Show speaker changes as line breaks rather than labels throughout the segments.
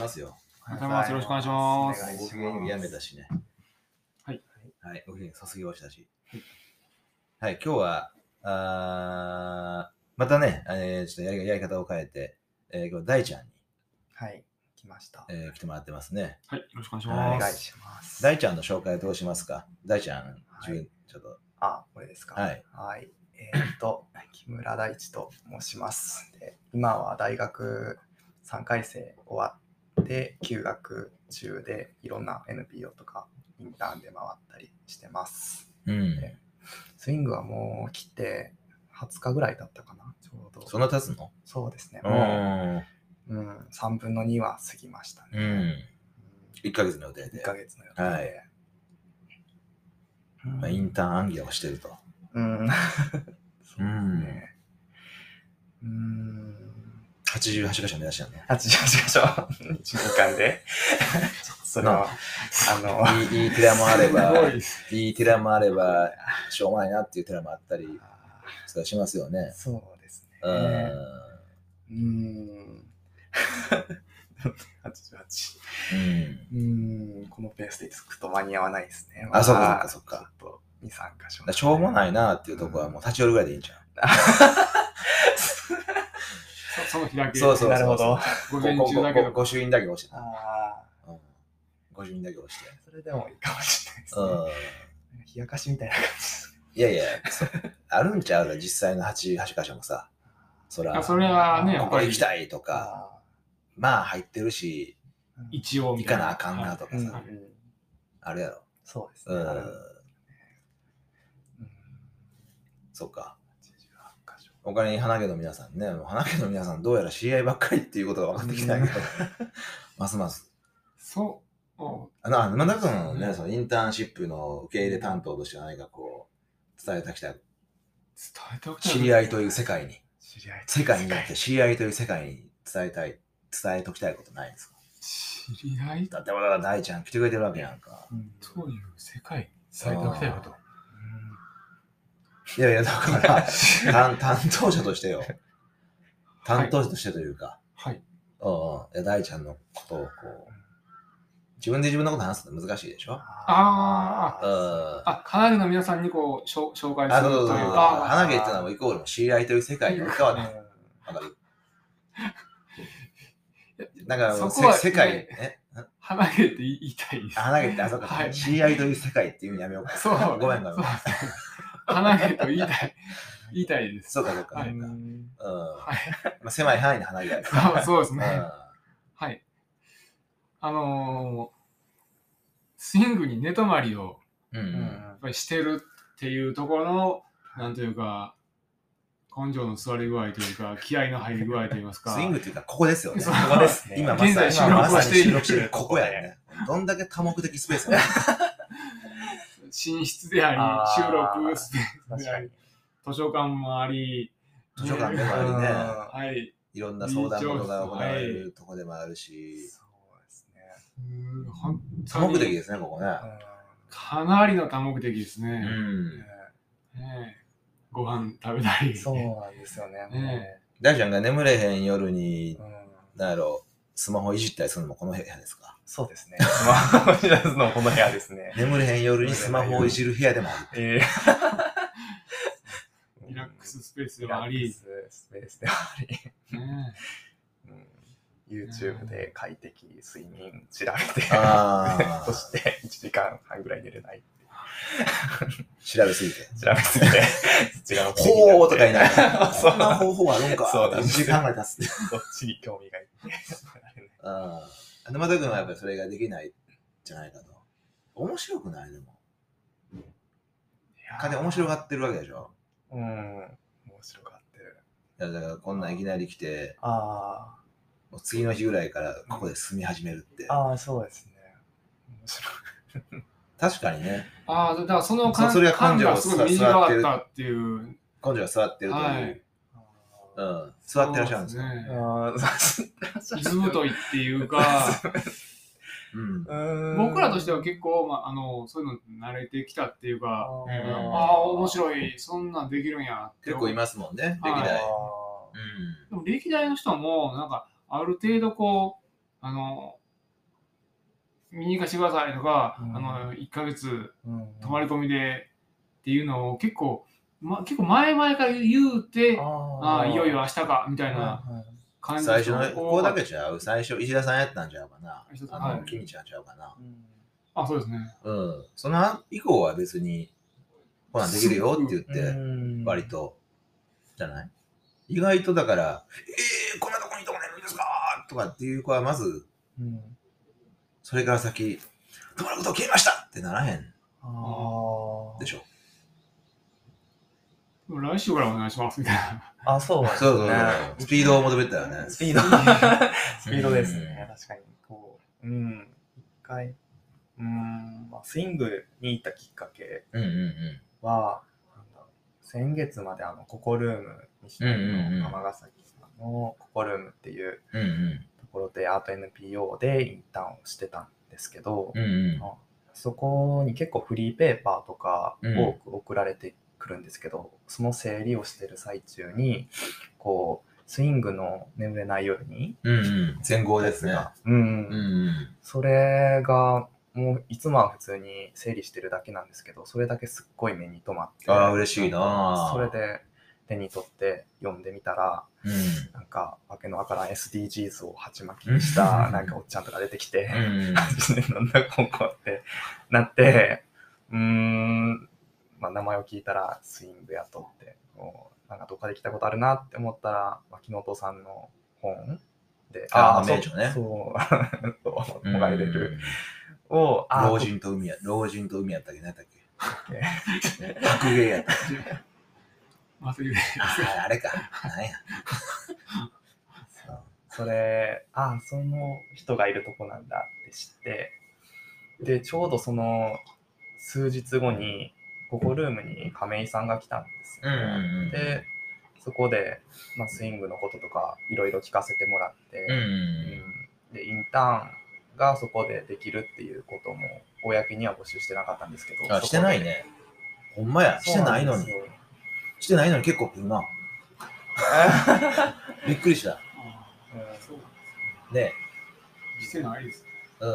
ざいます。よろしくお願いします。
お願いしますご機嫌にもやめたしね。
はい。
はい、ご機嫌卒業したし。はい、今日は、あーまたね、えーちょっとやりやり方を変えて、えー今日は大ちゃんに、
はい、来ました。
えー来てもらってますね。
はい、よろしくお願いし
は
お
ま
願い
す。
します。
大ちゃんの紹介どうしますか大ちゃん、自分ちょっと。
あ、これですか。
はい。
はいえーっと、木村大地と申します。で今は大学3回生終わって、休学中でいろんな NPO とかインターンで回ったりしてます。
うん。
スイングはもう来て20日ぐらいだったかな、ちょうど。
そんな経つの
そうですね。
う
も
ん。
う、うん、3分の2は過ぎましたね。
うん。
う
1ヶ月の予定
ん、1
で。
ヶ月の予定
はい
で。うん
まあ、インターン暗記をしてると。
うん。そうですね。 うん。
88箇所目指してるの。
あ、違う違う違う。1時間で。ちょっとそれは、あの、
いいいい寺もあ れば、
いです。
いい寺もあれば、しょうもないなっていう寺もあったり
あ
とかしますよ
ー
ね。
そうです
う
ね。
ん
うん。88。
うん
うん、このペースでつくと間に合わないですね。
あそっか
ま
そっかそっ。
ちょっと2、3箇所
だから。しょうもない
い。
なっていうとこはもう立ち寄るぐらいでいいんじゃん。
その日だけ、
そうそう
なるほど。あ
午
ご
前中だけど、
ご朱印だけ押して。
あ
うんご朱印だけ押して。
ー、それでもいいかもしれないです
う
ね。
ん
なんか冷やかしみたいな感じですね。
いやいや、そうあるんちゃう実際の88箇所もさ。そら、
あそれはね、や
こ
っぱ
こ
り
行きたいとか、
あ
まあ入ってるし、
ー
一応
行
みた
か
いな。
なあかんなとか
うんう
さ、
ん
あるやろ。
そうですね。
う
あ
ん
るうん
そっか。
88箇所
お金に花毛の皆さんね、もう花毛の皆さんどうやら知り合いばっかりっていうことが分かってきたんやけど、 ますます。
そう。お
あの、あのなんだかのね、そのインターンシップの受け入れ担当として何かこう、伝えてきた
伝えておく
知り合い
い。
という世界に、
知り合い
世界になって知り合いという世界に伝えたい、伝えときたいことないですか
知り合い
だってまだ大ちゃん来てくれてるわけやんか。
うん
という世界、伝えておきたいこと。
いやいや、だ から、担担当者としてよ。担当者としてというか、
はい。
うんうんいや大ちゃんのことをこう、自分で自分のこと話すのって難しいでしょ
あ
う
ー
ん。
あ、花火の皆さんにこう、しょ紹介
あ、
す
そ
る
うそう
と
そう
い
そう。
う
あ
か。
花毛ってのはイコールの知り合いという世界にかわ
うん
る。
いや
だからもう
そこは
せ世界にね。ん
花毛って言いたいです。
花毛ってあそこ、
はい
知り合いという世界っていう意味やめようか。
そう。
ごめんごめん
そう。花毛と言いたい。言いたいです。
そうかそうか。
はい
うんま
はい。
あ、狭い範囲で花毛やるから
そうそうです
うん
ね。はい。あのースイングに寝泊まりを
うんう
うん
ん。
やっぱりしてるっていうところの、なんというか、根性の座り具合というか、気合の入り具合といいます か、
スイングっていうか、ここですよね。
そう
ここですね
今まさに、
現在収
今
録を
まさ
してい
に収
る
録しているここやね。どんだけ多目的スペースが
寝室であり
あ、ー
収録スペース
確
であ
か
り
に、
図書館もあり、
図書館で
ね
もありね。
うん
はい。
いろんな相談事が行われるとこでもあるし、
そうですね
うん本
多目
当
的
に
ですね、ここね。
かなりの多目的です
う
ね。
うん
ん。
ねえご飯食べたり。
そうなんですよね。
ね
大ちゃんが眠れへん夜に
もううん
なんやろ、スマホいじったりするのもこの部屋ですか。
そうですね。スマホ知らずのこの部屋ですね。
眠れへん夜にスマホをいじる部屋でもある。
えー
リラックススペース
リ
で
ラ
も
ッ
あ
ク
り、
ススペースではあり。
ね
うん YouTube で快適睡眠調べて、
あ
そ
あ、
して1時間半ぐらい寝れない。
調べすぎて。
調べすぎて、違う
ほーとか言いながら、
そ う
そんな方法あるんか。
そうなんです
時間が経つね。
そっちに興味がいって。
ああ。沼田君はやっぱりそれができないんじゃないかと。面白くないでも。かで面白がってるわけでしょ。
うん、面白がってる。
いやだからこんなんいきなり来て、
あ
もう次の日ぐらいからここで住み始めるって
あ、。ああ、そうですね。面白い。
確かにね、
ああ、だからその
そうそれが感
感じ
情
が
を
すごい短かったっていう。
根性が座ってるという。
はい
うん。座ってらっしゃるんですよ。
そうね
ああ、そう
ずぶといってい うか、
うん。
僕らとして
は、
は結構、まあ、あのそういうの慣れてきたっていうか、
あ
うん
ああ、面白い、そんなんできるんやって。
結構いますもんね、歴
はい
代。
あ
う
でも歴代の人も、なんか、ある程度こう、あの、見に行かせてくださいとか、
うん
あの1ヶ月
うん
泊まり込みでっていうのを結構、ま、結構前々から言うて、あ
あ
あ、いよいよ明
日
日かみたいな感じ
最初の、
人
ここだ
多かっ
けちゃう最初、石田さんやったんちゃうかな
石田。さん
あの、
はい
君ちゃんちゃうかな。
たあ、そうですね。
うん。その以降は別に、こんなんできるよって言って、割と、じゃない意外とだから、えー、こんなとこに泊まれるんですかとかっていう子は、まず、それから先、泊まることを決めましたってならへん
あ
でしょ。
でも来週からお願いしますみた いな。
ああそうです
そうそうそう
ね
スピードを求めてたよね。
スピード スピードですね、確かに。こう、うん、一回、うん、まあ、スイングに行ったきっかけ
うんうんう
は、なんだろう先月まであの、ココルーム、
う
西
んうんう
成
ん。
の尼崎さんのココルームっていうん
うん
ところでアート NPO でインターンをしてたんですけど、
うん。うんうん。
そこに結構フリーペーパーとか
うん
多く送られてくるんですけど、その整理をしてる最中に、こう、スイングの眠れない夜に、
うんうん。前後ですね。
うん、
うんうん。
それが、もういつもは普通に整理してるだけなんですけど、それだけすっごい目に留まって、
あー嬉しいなー
それで手に取って読んでみたら、
うん
なんか、わけのわからん SDGs を鉢巻きにした、
うん
なんかおっちゃんとか出てきて、
うん
なんだここってなって、うーん、まあ名前を聞いたらスイングやとって、こうなんかどっかで来たことあるなって思ったら、牧野さんの本で、
あー
そう
名著ね
そう、
うん。
もがれるを、あー
老人と海や、老人と海やったっけ、何やったっ
オ
け。ね白芸やった。
また言う ね
ああ、あれか。なんや。
それ、ああ、その人がいるとこなんだって知って、で、ちょうどその数日後に、ここルームに亀井さんが来たんですよ、ね
うんうんうん
で、そこで、まあ、スイングのこととかいろいろ聞かせてもらって、
うん
うんで、インターンがそこでできるっていうことも、公には募集してなかったんですけ
うん。
ど、
あ、してないね。ほんまや。し
そ
て
こで。
ないのに
そう。んですよ
してないのに結構来るな。びっくりした。
うん
そう
ね。
してないです。
うん。
う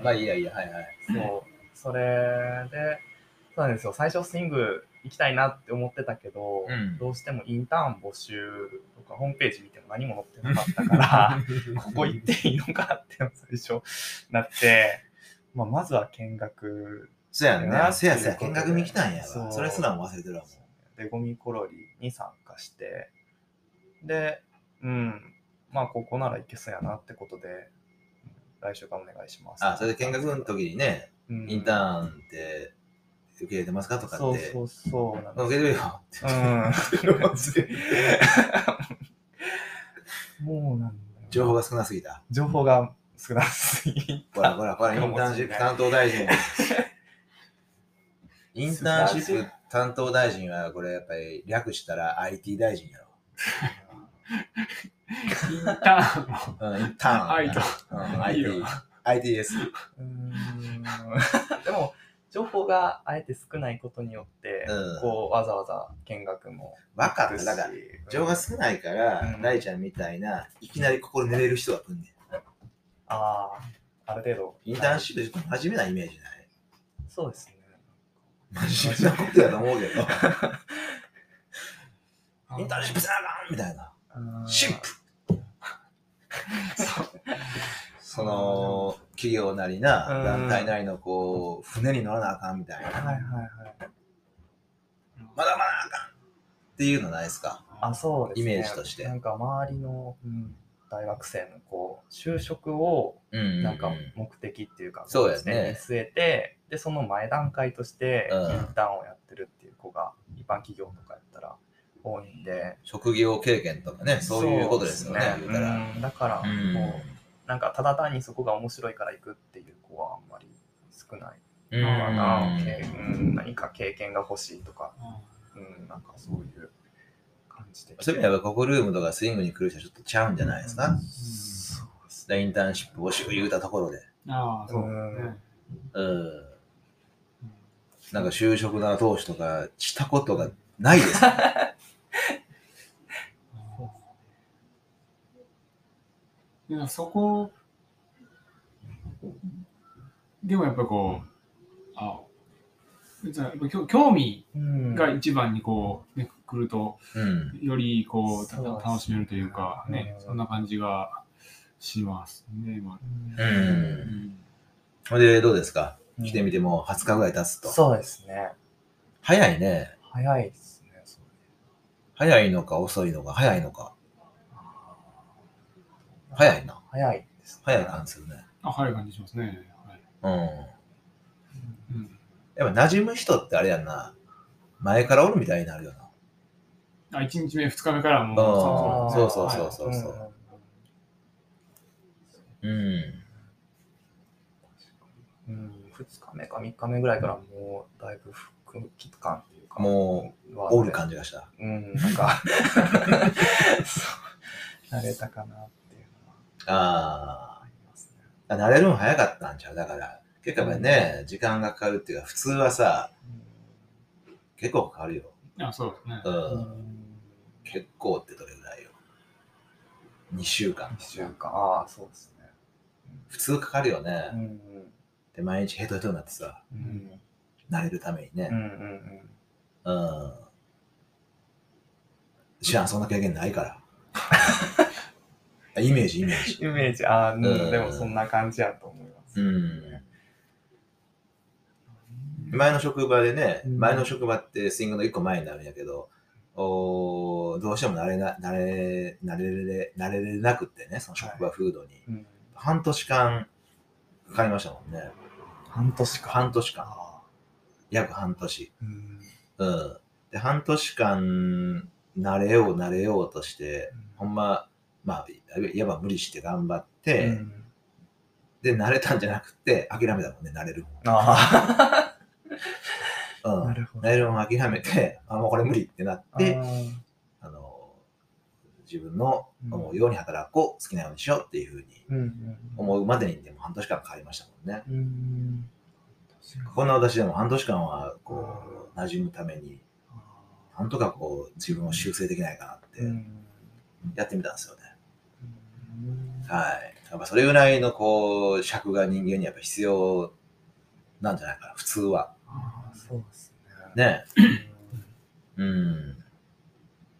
ん
まあいいやいいや、はいはい。
そう、それで、そうなんですよ、最初スイング行きたいなって思ってたけど、
うん
どうしてもインターン募集とか、ホームページ見ても何も載ってなかったから、 ここ行っていいのかって最初なって、まあ、まずは見学
そやん
な
ね。せやせや、
という
見
ことで
学に来たんや
そ
わ。
う
それすらも忘れてるわ、も
でゴミコロリに参加して、で、うん、まあ、ここならいけそうやなってことで、うん来週からお願いします。
う。あ、それで見学の時にね、
うん
インターンって受け入れてますかとか
そ
っ
う
て。
そうそうなんです
受け入れるよ。
うん。 もうなんだよ。
情報が少なすぎた。
情報が少なすぎ
ほらほらほ ら、イ
か
ン
も
ターン
し
シ
れ
ップ
ない
担当大 臣。インターンシップ担当大臣は、これやっぱり略したら IT 大臣やろ。
インターン も
うん、インターン。
愛と
うん
いいよ
IT。IT です。
うーん。でも、情報があえて少ないことによって、
うん
こう、わざわざ見学も
わか
行
っ
く
た。だ
し。
から、情報が少ないから
う、ん
大ちゃんみたいな、いきなりここで寝れる人が来んねん。
ああ、ある程度。
インターンシップ、真面目なイメージない。
そうですね。
真面目なことやと思うけど、 インターンシップせなあかんみたいな。
うん
シップその企業なりな
うん
団体なりのこう船に乗らなあかんみたい
は
ない
はいはい。
まだまだあかんっていうのないですか
あ、そうですね。
イメージとして
なんか周りの、うん、大学生のこう、就職を
うん
なんか目的っていうか、
そうやね
見据えて、で、その前段階として、
うん
インターンをやってるっていう子が、一般企業とかやったら多いんで、
職業経験とかねそういうことですよね
そう
言う
で
た
す
ら
ねうんだから、もう、なんかただ単にそこが面白いから行くっていう子はあんまり少ない
うん
ま
か
あ
な、
うん
けうん何か経験が欲しいとか、
あ
うん、なんかそういう感じで。
そういう意味ではここルームとかスイングに来る人はちょっとちゃうんじゃないですか
そうですね。
でインターンシップ募集言うたところで
あ、そう
うん
ね。
うんなんか就職の投資とかしたことがないですか
でそこでもやっぱりこう、あ別にやっぱ興興味
うん
が一番にこう、ね、来ると、
うん。
よりこうた
そうですね
楽しめるというか、ね、
うん
そんな感じがしますね、今。
う。
うんん
ほんで、どうですか
うん
来てみてもう20日ぐらい経つと。
そうですね。
早いね。
早いですね。それ
早いのか遅いのか、早いのか。早いな。
早いですね。
早い感じするね。
あ早い感じしますね。はい
うん。
うん
うん、
やっぱ馴染む人ってあれやんな。前からおるみたいになるよな。
あ1日目、2日目からはもう
あー
そう
そう
そう
そ
そうう
そうそううん。
うんうん2日目か3日目ぐらいからもうだいぶ復帰感っていうか、
も
う、
おる感じがした。
うん、なんか、そう、慣れたかなっていうのは
あ
ありますね。
あ。慣れるの早かったんちゃうだから、結構やっぱりね、時間がかかるっていうか、普通はさ、結構かかるよ。
あそうですね
う。。
うんん、
結構ってどれぐらいよ。2週間
2。週間、ああ、そうですね。
普通かかるよね。
うん、
で、毎日ヘトヘトになってさ、
うん、うん、
慣れるために
うん、
ね。
うん。
うん。知らん、そんな経験ないから。 イメージ、イメージ。
イメージ、ああ、うん、
うん
でもそんな感じやと思います。
うん。前の職場でね、
うん
前の職場ってスイングの一個前になるんやけど、おーどうしても慣れな、慣れ、慣れれ、慣れれなくってね、その職場風土に。
うん、
半年間かかりましたもんね。
半年か。
半年間。
あ
約半年。
ーうん、
うん。で、半年間、慣れよう慣れようとして、ほんま、まあ、いわば無理して頑張って、
うん
で、慣れたんじゃなくて、諦めたもんね、慣れる。
あ
う
あ、
ん。
なるほど。
ナイロンを諦めて、あ、もうこれ無理ってなって、あの、自分の思うように働こう、好きなようにしようっていうふうに
うん、うん、
思うまでにでも半年間かかりましたもんね。
うん。
こんな私でも半年間は、こう、馴染むために、なんとかこう、自分を修正できないか
う
なって、
ん
やってみたんですよね。はい。やっぱそれぐらいの、こう、尺が人間にやっぱ必要なんじゃないかな、普通は。
あーそうですね。
ね。
うん
うん。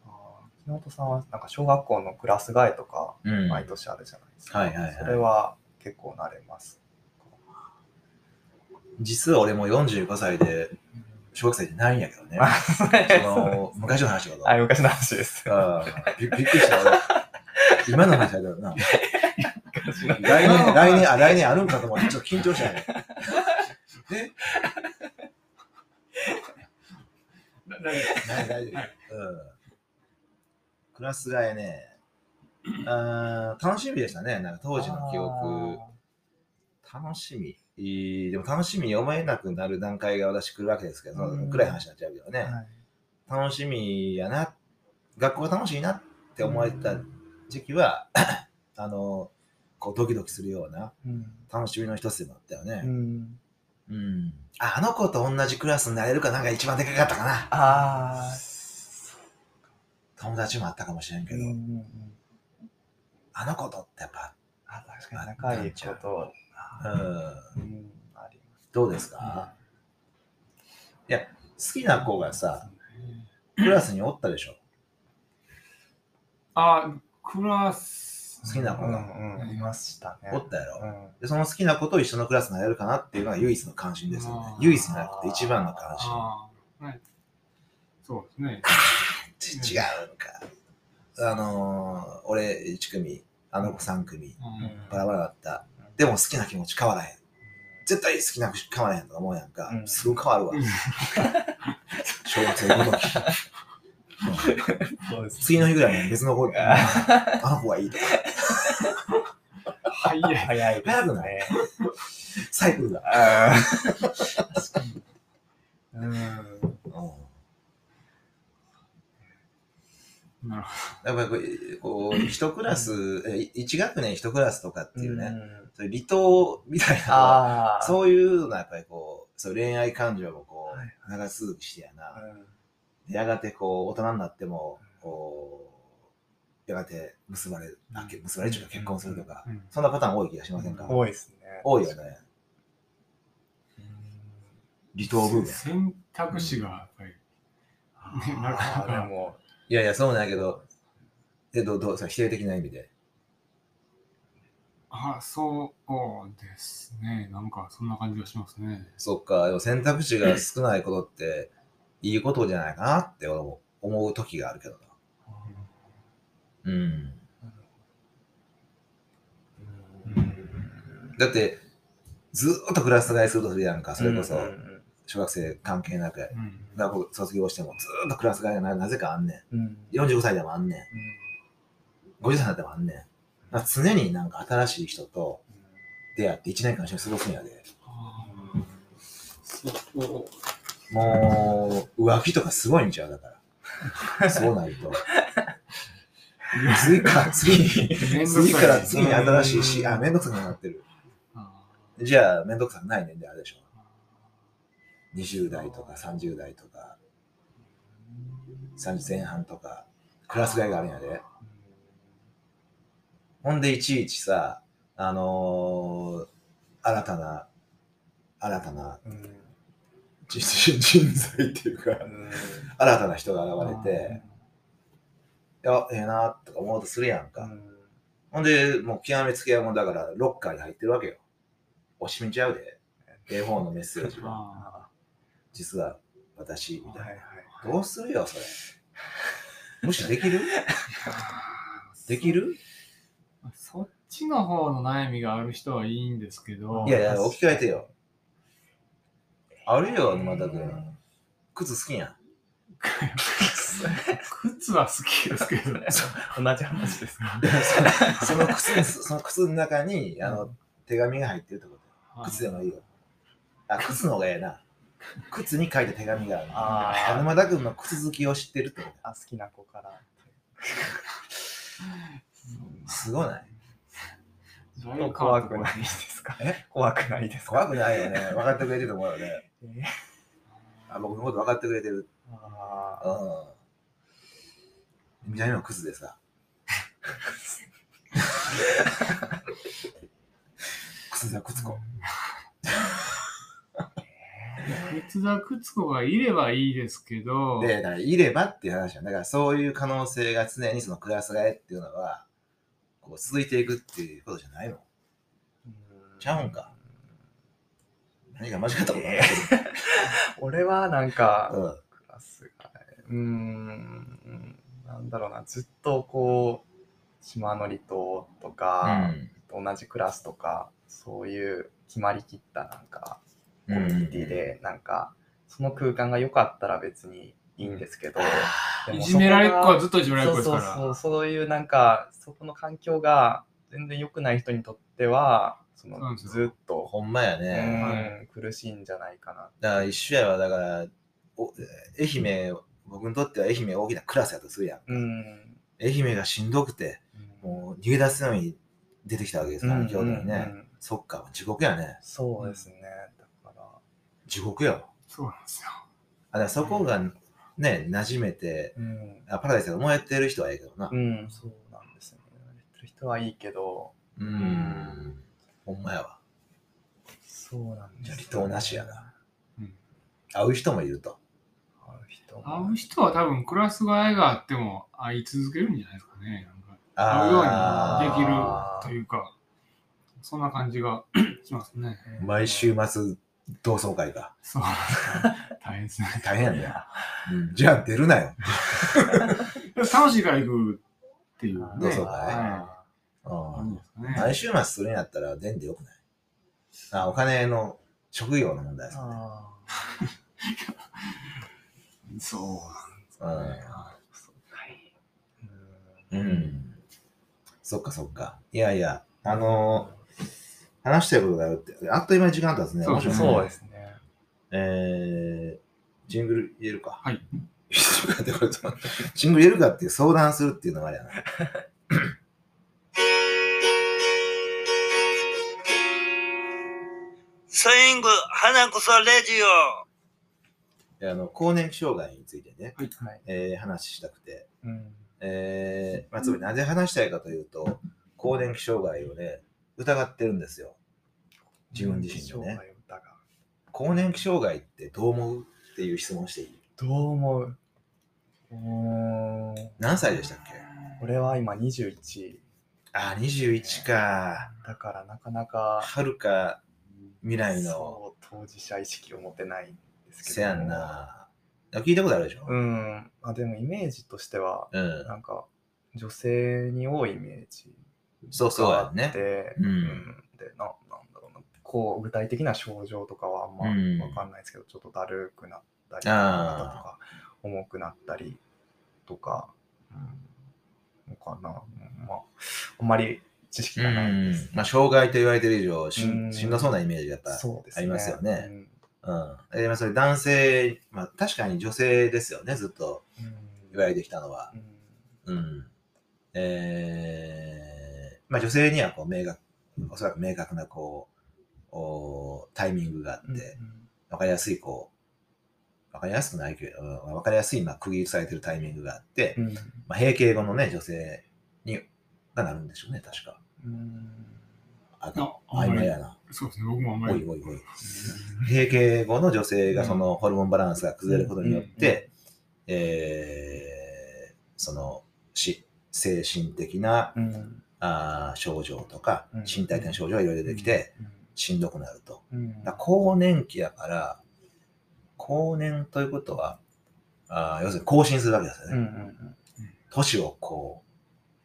あー木本さんはなんか小学校のクラス替えとか
うん。
毎年あるじゃないですか。
はいはいはい
それは結構慣れます。
実は俺も45歳で、小学生じゃないんやけどね。その昔の話だ
あ、
と。
昔の話です。
ああびびっ くりした。俺今の話だよな。
昔の
来年、来年、あ、来年あるんかと思って、ちょっと緊張したね。え
だだいぶ
ない大丈夫。うん。クラス替えね、あー楽しみでしたね。なんか当時の記憶。楽しみ。いいでも楽しみに思えなくなる段階が私来るわけですけど、
うん
暗い話になっちゃうけどね。
あーはい
楽しみやな、学校が楽しいなって思われてた時期は、 あの、こうドキドキするような
うん
楽しみの一つでもあったよ
う
ね。
ん、
うん。ああの子と同じクラスになれるかなんか一番でかかったかな。
ああ、
友達もあったかもしれんけ
うん
ど、
うんうん、
あの子とってやっぱ、
あ確かに仲いいこと、
うん、
うん、あります。
どうですか、いや、好きな子がさ、クラスにおったでしょ。
あクラス、
好きな子
う
が
んうん、いましたね。
おったやろ。
うん
でその好きな子と一緒のクラスになれるかなっていうのが唯一の関心ですよね
あ。ー
唯一じゃなくて一番の関心。
あーはい、そうですね。
ち違うんか。あのー、俺1組、あの子3組、
うん
バラバラだった。でも好きな気持ち変わらへん。絶対好きな気持ち変わらへんとか思うやんか。
うん
すぐ変わるわ。小学生の 時。うん
そうです
次の日ぐらいに別の子、あの子がいいとか、
はい、
早いですね。
早くなサイクルだ。
あー確かに。うん。
うん
なる
やっぱりこうこう、一クラス、え一学年一クラスとかっていうね、
ん。
そういう離島みたいなのは
ああ。う。
そういうのはやっぱりこう、そう恋愛感情もこ
は
う、長続きしてやな。でやがてこう、大人になっても、こう、やがて結ばれる、あけ結ばれるというか結婚するとか
う、ん
そんなパターン多い気がしませんか
う
多いですね。
多いよね。離島ブームや。
選択肢がやっぱり、ねなかな
あー
か
でも、
いやいや、そうなんやけど、え、どう、どう、その否定的な意味で。
あ、そうですね。なんかそんな感じがしますね。
そっか、でも選択肢が少ないことって、いいことじゃないかなって俺も思う時があるけどな。うん。だって、ずーっとクラス替えするとするやんか、それこそ
うん、うん
小学生関係なく、
うん。
学校卒業してもずーっとクラス替えがななぜかあんね
うんう
ん。
ん
45歳でもあんねん。50歳になってもあんねん。だから常になんか新しい人と出会って1年間一緒に過ごすんやで。
あーそう
もう、浮気とかすごいんちゃうだから。そうなると。
いや
次から次 に、
面倒く
次
さい
から次に新しい
うん
し、あ、めんどくさくなってる。
あ
じゃあ、めんどくさくない年であれでしょ。20代とか30代とか、30前半とか、クラス替えがあるんやで。ほんで、いちいちさ、あのー新たな、新たな
うんうん
人人材っていうか、新たな人が
ー
現れて、いや、ええなとか思うとするやんか。
う
ほんで、もう極めつけはもうだから、ロッカーに入ってるわけよ。おしみちゃうで。A 4のメッセージは。
ん
あ
あ
実は私、み
ー
た
はいいはい
な。どうするよ、それ。無視できる
ー
できる
そっちの方の悩みがある人はいいんですけど、
いやいや、置き換えてよ。あるよ、沼田君。靴好きやん。
靴は好きですけ ど、
同じ話ですか
その靴に、その靴の中に、あの、手紙が入ってるってこと。靴でもいいよ。あ、靴の方がええな。靴に書いた手紙がある。あ
あ
沼田君の靴好きを知ってるってこ
あ好きな子から
と。すごない。
だいぶ変わ
怖
っ
く
てくる
ないですか
え
怖くないですか
怖くないよね。分かってくれてると思うよね。
えー
あ僕のこと分かってくれてる
あー
うん。みたいなのクズで さ。クズだ、クズ子。
靴田靴子がいればいいですけど、
で、だからいればっていう話なんだから、そういう可能性が常にそのクラス替えっていうのは、こう続いていくっていうことじゃないの。
うん
ちゃうんか何か間違ったことないけ
俺はなんか、
ど。うん。
クラスがうーんなんだろうなずっとこう島の離島とか、同じクラスとかそういう決まりきったなんかコミュニティで、なんかその空間が良かったら別にいいんですけど、で
い
も
じめられっ子はずっといじ
そ
め
こ
られっ子
が
です
そう
から。
そうそうそういうなんかそこの環境が全然良くない人にとってはそ
そうなん
の
ですよ
ずっ
うん
と、
ほんまや
う
ね。
ん、苦しいんじゃないかな
だから一緒やわ、だから、お愛媛、僕にとっては愛媛大きなクラスやとするやん。
うん
愛媛がしんどくて、もう逃げ出すのに出てきたわけですから、兄弟にね。
うんうん
そっか、地獄やね。
そうですね。だから、
地獄よ。
そうなんですよ。
あ、だからそこがね、馴染めて、
うん、
あパラダイスが思えてる人はええけどな。
うん、そうなんですよね。やってる人はいいけど、
うーん。ほんまやわ。
そうなんですよ、
じゃあ離島なしやな。
うん
会う人もいると。
会う人
会う人は多分クラス替えがあっても会い続けるんじゃないですかね。なんか会うよ
ー
うにできる
あー
というか、そんな感じが しますね。
毎週末、同窓会か。
そう。大変です ね。
大変やね、うん。じゃあ出るなよ。
楽しいから行くっていうね。
同窓会
は
う
い。なん
ん
ですかね。
毎週末するんやったら、出んでよくないあお金の職業の問題ですね。
あ
そうなんですね。
ー
うん。そっかそっか。いやいや、あのー話したいことがあるって、あっという間に時間経つね。
そう
面
です
うん、
白いね
そうですね。
えー、ジングル入れるか。
はい。
入れるかってこれそのジングル入れるかっていう相談するっていうのもあれやな。
スイング花こそレジオ
であの、更年期障害についてね、
はい。
えー話したくて。
うん。
えー、まあ、つまりなぜ話したいかというと、更年期障害をね、疑ってるんですよ。自分自身のね
障害を疑う
更年期障害ってどう思うっていう質問していい
どう思ううーん
何歳でしたっけ
俺は今21
あ、21か。
だからなかなか
はるか未来の。
そう当事者意識を持てないんですけど
せやんな。聞いたことあるでしょ
うんあでもイメージとしては
うん。
なんか女性に多いイメージ
そうそうやんね
で、
うん
でななんだろうなこう具体的な症状とかはあんま
うん
分かんないですけど、ちょっとだるくなったり
あー
肩とか重くなったりとか、うん、のかな、うんまああんまり知識
う
がないで
ん
す。
まあ、障害と言われてる以上、し
うん
んしんどそうなイメージだった。
そうですね
ありますよね
うん
うん。えまあ、それ男性、まあ、確かに女性ですよね、ずっと
うん
言われてきたのは。
うん
うん。えー、まあ女性にはこう明確、おそらく明確なこう、おタイミングがあ
うん
って、わかりやすいこう、わかりやすくないけど、うんわかりやすいまあ区切りされてるタイミングがあって
う、ん
まあ閉経後のね、女性に、がなるんでしょうね、確か。
うん
あ
ああ
曖
んまり
昧やな。
そうですね、僕もあんま
おい
り。
おいおい。閉経後の女性がそのホルモンバランスが崩れることによって、えーその、し精神的な
うん
あー症状とか
うん
身体的な症状がいろいろ出てきてしんどくなると。
うん
だから更年期やから更年ということはあー要するに更新するわけですよね。
うん
年をこう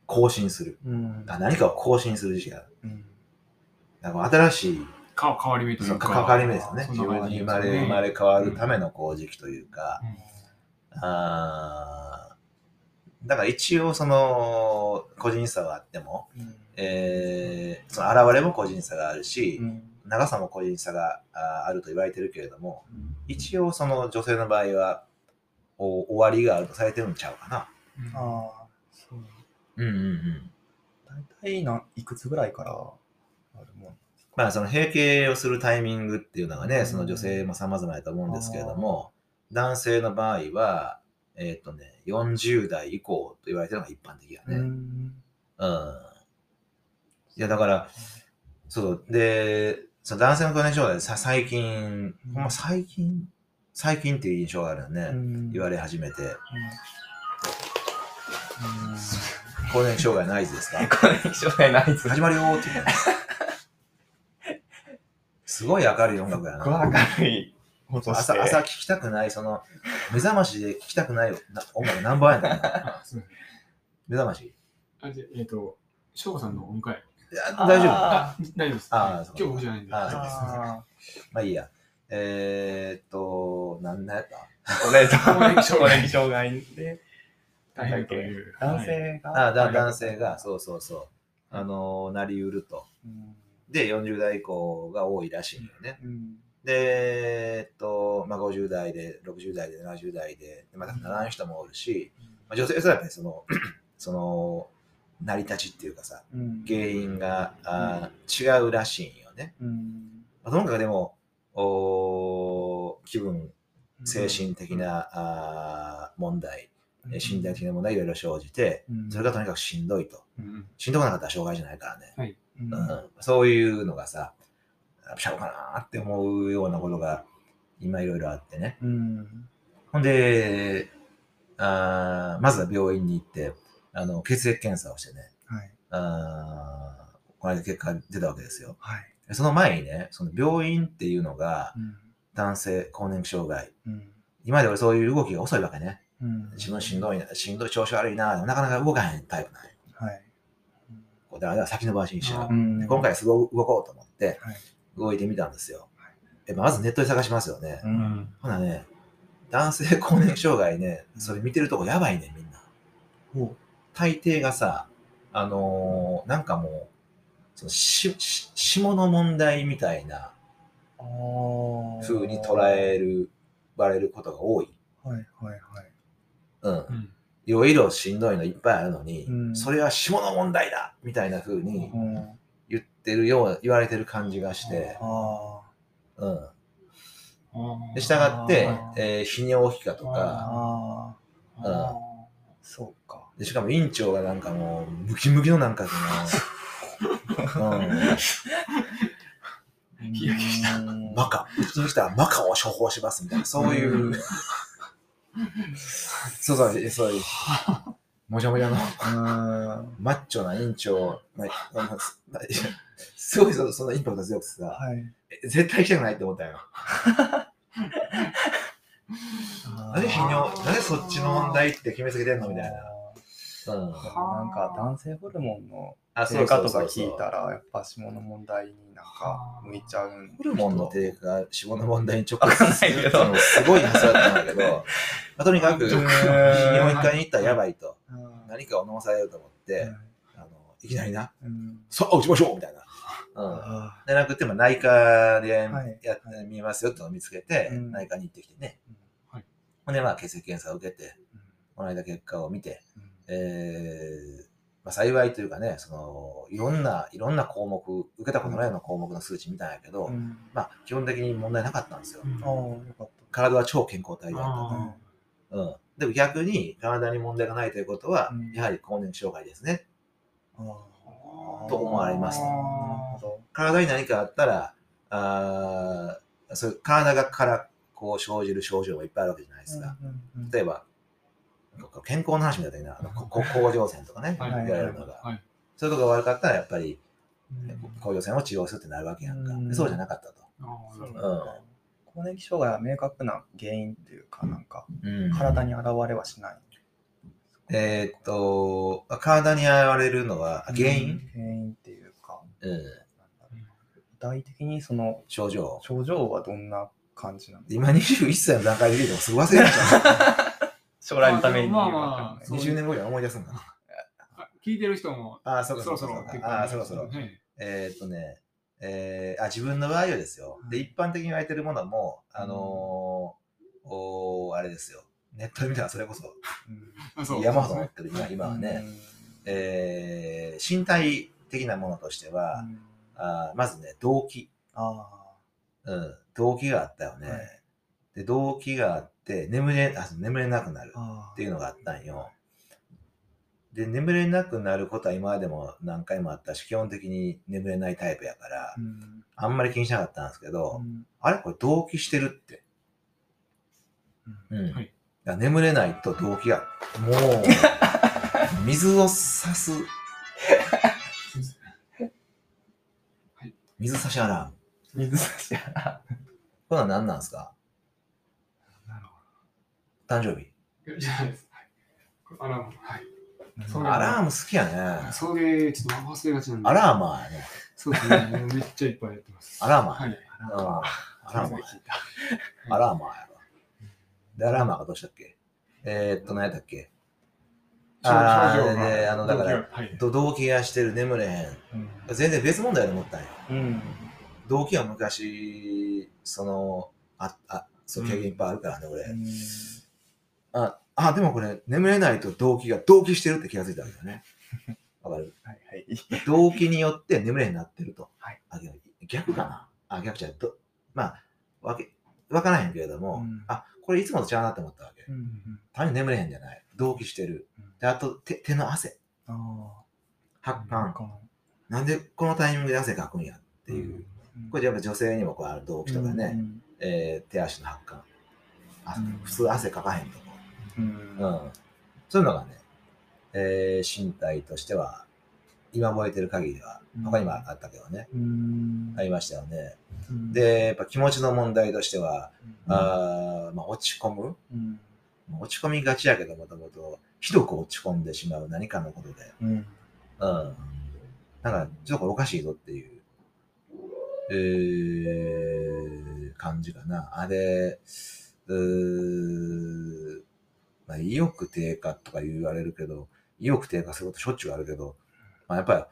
更新する。
うんうん
だから何かを更新する時期がある。
うん
だから新しい
か変わり目とい
そうの
か。
関わり目ですよね。
そん
自
な
分
感
に
じ
生
ですね
まれ生まれ変わるためのこう時期というか。
うん
あーだから一応その個人差はあっても、えーその現れも個人差があるし、
うん
長さも個人差がああると言われてるけれども、一応その女性の場合はお終わりがあるとされてるんちゃうかな。
うん
ああそう
うんうんうん。
大体ないくつぐらいからあるもん
まあその閉経をするタイミングっていうのが
う
ね、
ん
その女性も様々だと思うんですけれども、男性の場合は、えーっ、とね、40代以降と言われてるのが一般的やね。うん。
ん
いやだから、そう、で、その男性の更年期障害でさ最近、
うん
ほんま最近、最近っていう印象があるよね。言わ
れ
れ始めて、更年期障害の合図ですか
これ以上ないないつ
始まるよーって言うの。すごい明るい音楽や
ご
な。
明るい音して
朝、朝聴きたくない、その、目覚ましで聴きたくないな音楽何番やねんな。
あすいません
目覚まし
あでえっと、翔吾さんのお迎え。
いや大丈夫。
あー
あ、大丈夫です。
あーそ
今
う
日僕じゃないんで。
あー
あ
まあいいや。えー、っと、何だやった
ー これと
これ以上
こ
な
れ
い
以上ないで
大変という。
男
はい
性が
ああだ男性が、そうそうそう。あのーなりうると。
うん
で、40代以降が多いらしいんよね。
うん
で、えっと、まあ、50代で、60代で、70代で、でまたならん人もおるし、まあ、女性はやっぱりその、 その、成り立ちっていうかさ、
うん
原因があー違うらしいんよね。
うん
まあ、ともかくでも、おー気分、精神的な、あー問題、えー身体的な問題いろいろ生じて、
うん
それがとにかくしんどいと。
うん
しんどくなかったら障害じゃないからね。
うん
うんそういうのがさ、しゃうかなーって思うようなことが今いろいろあってね。
うん
ほんで、あーまずは病院に行って、あの血液検査をしてね、
はい
あーこの間結果が出たわけですよ。
はい
その前にね、その病院っていうのが
うん
男性更年期障害。
うん
今まで俺そういう動きが遅いわけね。
うん
自分しんどいな、しんどい調子悪いな、でもなかなか動かへんタイプなんよ
はい
こうだから先延ばしにしちゃう。
ん
で今回すごい動こうと思って
はい、
動いてみたんですよ
はい。
やっぱまずネットで探しますよね。
う
うんん
ほなね、男性更年期障害ね、それ見てるとこやばいね、みんな。
ほ
大抵がさ、あのーなんかもう、そのしし下の問題みたいな
うあー
風に捉える、われることが多い。
はいはいはい
うん
う。ん
いろいろしんどいのいっぱいあるのに、
うん
それは下の問題だみたいな風に
うん
言ってるよう、言われてる感じがして、
あ
うん。
あー
で、従って
あ、ー
えー泌尿器科と
あ
か、
あ
う
あ
ん
あそうか。
でしかも院長がなんかもう、ムキムキのなんかその、うん、
日焼けした
マカ、うちの人はマカを処方しますみたいな、そういう、
うん
そうそう、そういう、もじゃもじゃの、
うん
マッチョな院長、まあまあまあすごいそそのインパクト強くてさ、
はい。
え絶対行きたくないって思ったよ。な
あ
ぜ
れ
泌尿、なぜそっちの問題って決めつけてんのみたいな。うん。
なんか男性ホルモンの
あ
低下とか聞いたら、やっぱ下の問題になんか向いちゃうん。
ホルモンの低下が脂肪の問題に直
わかん
結
ないけど
のすごい発想だったんだけど、まあ、とにかく、
うん
泌尿一回に行ったらやばいと、
うん
何かを飲まされると思って、あのいきなりな、
うん
さあ、打ちましょうみたいな。うん。
あ
でなくても内科でや,、
はい
やってみますよってのを見つけて、
うん
内科に行ってきてね。
はい
ほんで、まあ、血液検査を受けて、
ー
この間結果を見て、
うん
えーまあ、幸いというかね、そのいろんな、いろんな項目、受けたことないような項目の数値見たんやけど、
うん
まあ、基本的に問題なかったんですよ。
うん
ああ、よかっ
体は超健康体だった
た。
あ
と。うん。でも逆に、体に問題がないということは、
うん
やはり更年期障害ですね。
あ
と思われます
なるほど。
体に何かあったら、あーそういう体がからこう生じる症状もいっぱいあるわけじゃないですか。
うんうん
例えば、なんか健康の話みたいな、あのここ甲状腺とかね、
はい
言われるのが。
はい。
そういうとこが悪かったら、やっぱり
うん
甲状腺を治療するってなるわけやんか。
うん
でそうじゃなかったと。
ああ
そ
な
う
る
なん
ほ
だ更年期障害は明確な原因っていうか、なんか体
体
に現れはしない。
えーっと、体に現れるのはあ原因、
原因っていうか、
うん
具体的にその
症状。
症状はどんな感じなの
今21歳の段階で出てもすぐ忘れるじゃ
将来のために
まあまあ
わ かんない
そ
ん。
う
20年後には思い出すんだな。
どあ聞いてる人も
あー、そ
そうろ
か
そ
そう
ろ
かそう
結
か。
構
あー、そろそろ。
ね
えーっとね、えーあ、自分の場合はですよ。で、一般的に言われてるものも、あのー、おーあれですよ。ネットで見たらそれこそ
うん
あそう
山ほど持ってる今今はね、
うん
えー身体的なものとしては、
うん
あーまずね動機、
あ
うん、動機があったよね、
はい
で動機があって眠れあそう眠れなくなる
ーあー。
っていうのがあったんよで眠れなくなることは今までも何回もあったし基本的に眠れないタイプやから、
うん
あんまり気にしなかったんですけど、
うん
あれこれ動機してるって、うん
はい
だから眠れないと動機がもう 水を差す
はい
水差しアラーム
水差しな
これは何なんですか
るほ
誕生日。
いやじゃないです。はいアラーム。はい。
ど
そう
ア
な
ラーム好きやね。
送迎ちょっと忘れがちなんで。
アラーマーやね。
そうですね。もうめっちゃいっぱいやってます。
アラーマー
は
や
い
ね。。うんアラーマーや。
い
アラーマーやろ。で、アラーマーがどうしたっけえーっと、何やったっけあ
症
ー
状が
であのだから
動機がはい
ど動機がしてる、眠れへん。
うん
全然別問題だと思ったんよ。
うん。
動機は昔、その、あ、あ、そう、経験いっぱいあるからね、俺。あ、あ、でもこれ、眠れないと動機が、動機してるって気がついたわけだよ ね。わかる
はいはい。
動機によって眠れになってると。
はい
あ逆逆かなあ、逆じゃないどまあ、わけ、わからへんけれども、
うん
あ、これいつもと違うなって思ったわけ
う。ん
単に眠れへんじゃない。動機してる。
うん
で、あと、手手の汗。
ああ。
発
なん
汗。
か
なんでこのタイミングで汗かくんやっていう。
うん
これやっぱ女性にもこうある動機とかね、えー手足の発汗。あ
うん
普通汗かかへんとこ。
うん。うん
う。ん。そういうのがね、えー身体としては、今覚えてる限りでは
うん、
他にもあったけどね、
うん
ありましたよね。
うん、
で、やっぱ気持ちの問題としては、
うん
あーまあ、落ち込む
うん
落ち込みがちやけど、もともと、ひどく落ち込んでしまう何かのことで、
う
う
ん
ん。なんか、ちょっとこれおかしいぞっていう、えー、感じかな。あれ、うー、まあ、意欲低下とか言われるけど、意欲低下することしょっちゅうあるけど、まあ、やっぱ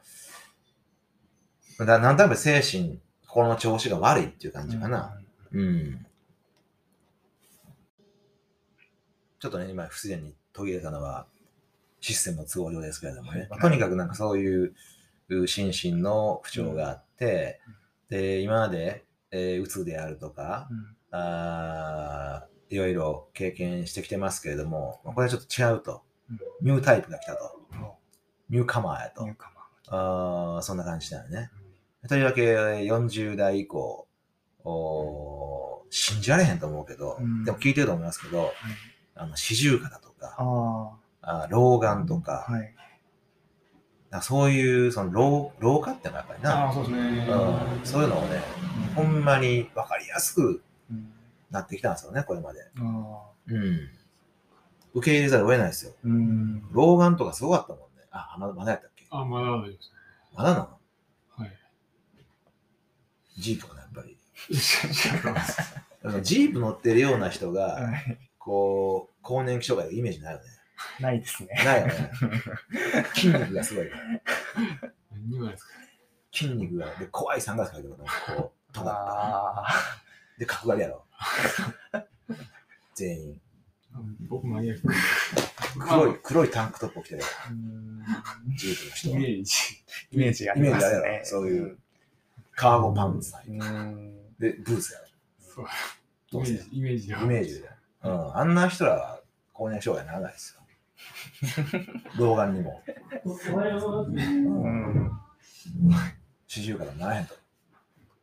り、ななんとなく精神、心の調子が悪いっていう感じかな。うんちょっとね、今、不自然に途切れたのは、システムの都合上ですけれどもね、まあとにかくなんかそういうう心身の不調があって、で、今まで、えー、うつであるとか、
うん
あーいろいろ経験してきてますけれども、まあこれはちょっと違うと
うん。
ニュータイプが来たと。
うん
ニューカマーやと
ニュ。ーカマ
あーそんな感じだよね。
ー
とりわけ40代以降、おー信じられへんと思うけど、
うん
でも聞いてると思いますけど、あの四十肩とか、
あ
あ老眼と
あ、
か、
はい。
なんかそういうその老老化ってのはやっぱり
あ
な
あ、、そうですね。
うん、そういうのをね、ほんまに分かりやすく
うん
なってきたんですよね、これまで。
ああ、
うん、受け入れざるを得ないですよ。
うん。
老眼とかすごかったもんね。あ、まだまだやったっけ
あまだ大丈夫です。
まだなの
はい。
ジープかな、やっぱり。
い
だからジープ乗ってるような人が、
はい
こう、更年期障害のイメージないよね。
ないですね。
ないよね。筋肉がすごいから。
や何もないですか
筋肉が、で、怖いサングラスかけてるの、こう、尖った。
ああ、
で、角刈りやろ。全員。
ら。僕マニアック。
黒い、黒いタンクトップを着てる、
うん
ジープの人
イメ。ージ。
イメージあり
イメー
ます
ジあるや
ね
ろ。そういう。カーゴパンツ履いて
うん。
で、ブーツやろ。
そう。
どうせ
イメージ。イメージ。
イメージ。で。うん。あんな人らは、更年期障害ならないですよ。 老眼にも。
う
うん。
ん。
四十肩ならへんと。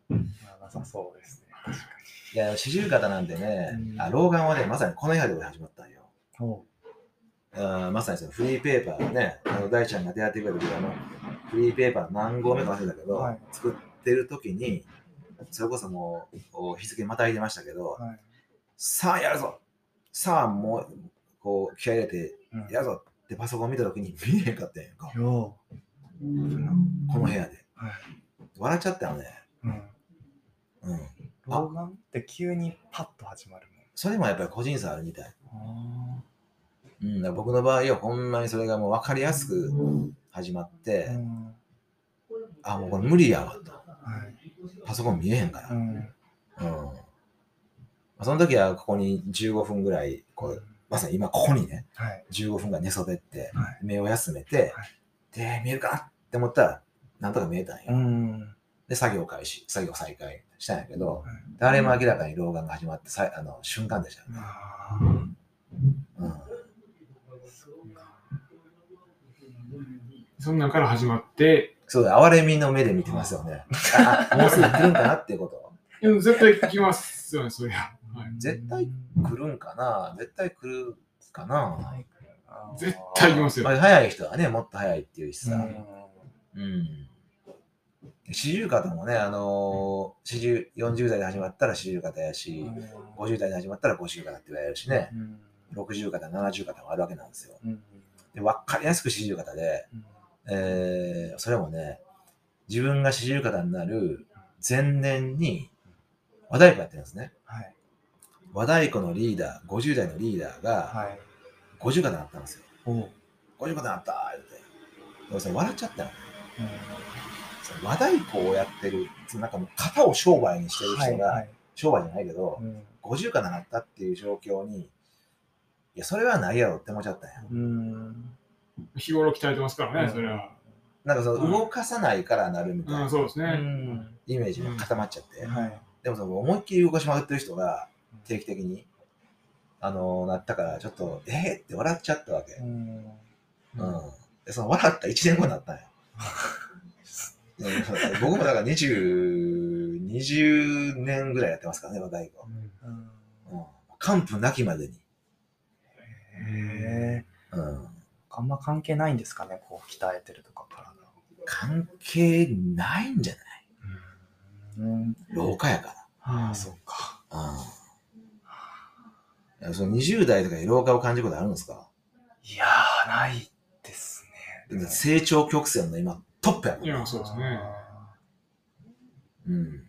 まあなさそうですね。確か
いや、四十肩なんでね、
うん
あ老眼はね、まさにこの部屋で俺始まったんよ。
に。おう
あーまさにそのフリーペーパーね、あの大ちゃんが出会ってくれた時あの、フリーペーパー何号目か忘れたけど、
はい
作ってる時に、それこそもうお日付またいでましたけど、
はい。
さあやるぞさあもう、こう気合い入れて
うん
やるぞってパソコン見た時に見えへんかったんやんか、
よう。
この部屋で。
はい
笑っちゃったよね。
うん。
うん。
老眼って急にパッと始まる
それもやっぱり個人差あるみたい。
もん。
うん、だから僕の場合はほんまにそれがもう分かりやすく始まって、
うん。
あ、もうこれ無理やわと。
はい。
パソコン見えへんか
う
ら。
ん。
うん。まあその時はここに15分ぐらい、こうまさに今ここにね、
はい。
15分ぐらい寝そべって、
はい。
目を休めて、
はい
で、見えるかなって思ったら、なんとか見えたんよ。
うん。
で、作業開始、作業再開したんやけど、
はい
誰も明らかに老眼が始まって、さいあの瞬間でしたよね。
あ
うん。
あ。そうか。。
そんなんから始まって、
そうだ、哀れみの目で見てますよね。ああもうすぐ来るんかなっていうこと。
いや絶対聞きますよね、そりゃ。はい
絶対来るんかな絶対来るかな
絶対行きますすよ
ま。あ早い人はね、もっと早いっていうし
う
さ。
ん
うん。四十肩もね、あのー、四十、40代で始まったら四十肩やし、50代で始まったら50肩って言われるしね、
うん
60肩、70肩もあるわけなんですよ。
うん
で、わかりやすく四十肩で、えー、それもね、自分が四十肩になる前年に和太鼓やってるんですね。
はい。
和太鼓のリーダー、50代のリーダーが
はい。
50肩になったんですよ。
おう。
こういうことになったーって。でもそれ笑っちゃったよ。その和太鼓をやってる、そのなんかもう型を商売にしてる
は
人
い。
が、
はい。
商売じゃないけど、
うん
50かなかったっていう状況に、いや、それはないやろって思っちゃったんや。
うん。
日頃鍛えてますから
うん
ね、そりゃ。
なんかそ
うん
の動かさないからなるみたい
うん、
な
そうです
う
ね。
ん。
イメージが固まっちゃって、
はい。
でもその思いっきり動かしまくってる人が定期的に、あのーなったから、ちょっと、えー、って笑っちゃったわけ。
うん。
うん。で、その笑った1年後になったんよ。うん僕もだから20、20年ぐらいやってますからね、若い子。
うん
うん。完膚なきまでに。
へえ。
うん。
あんま関係ないんですかね、こう鍛えてるとか体。
関係ないんじゃない
うん。
老化やか
ああ、そうか。
ら。うん。いやその20代とかに老化を感じることあるんですか
いやー、ないです
でも
ね。
成長曲線の今、トップやもん
いや、そうですね。
あ
うん。
ーでも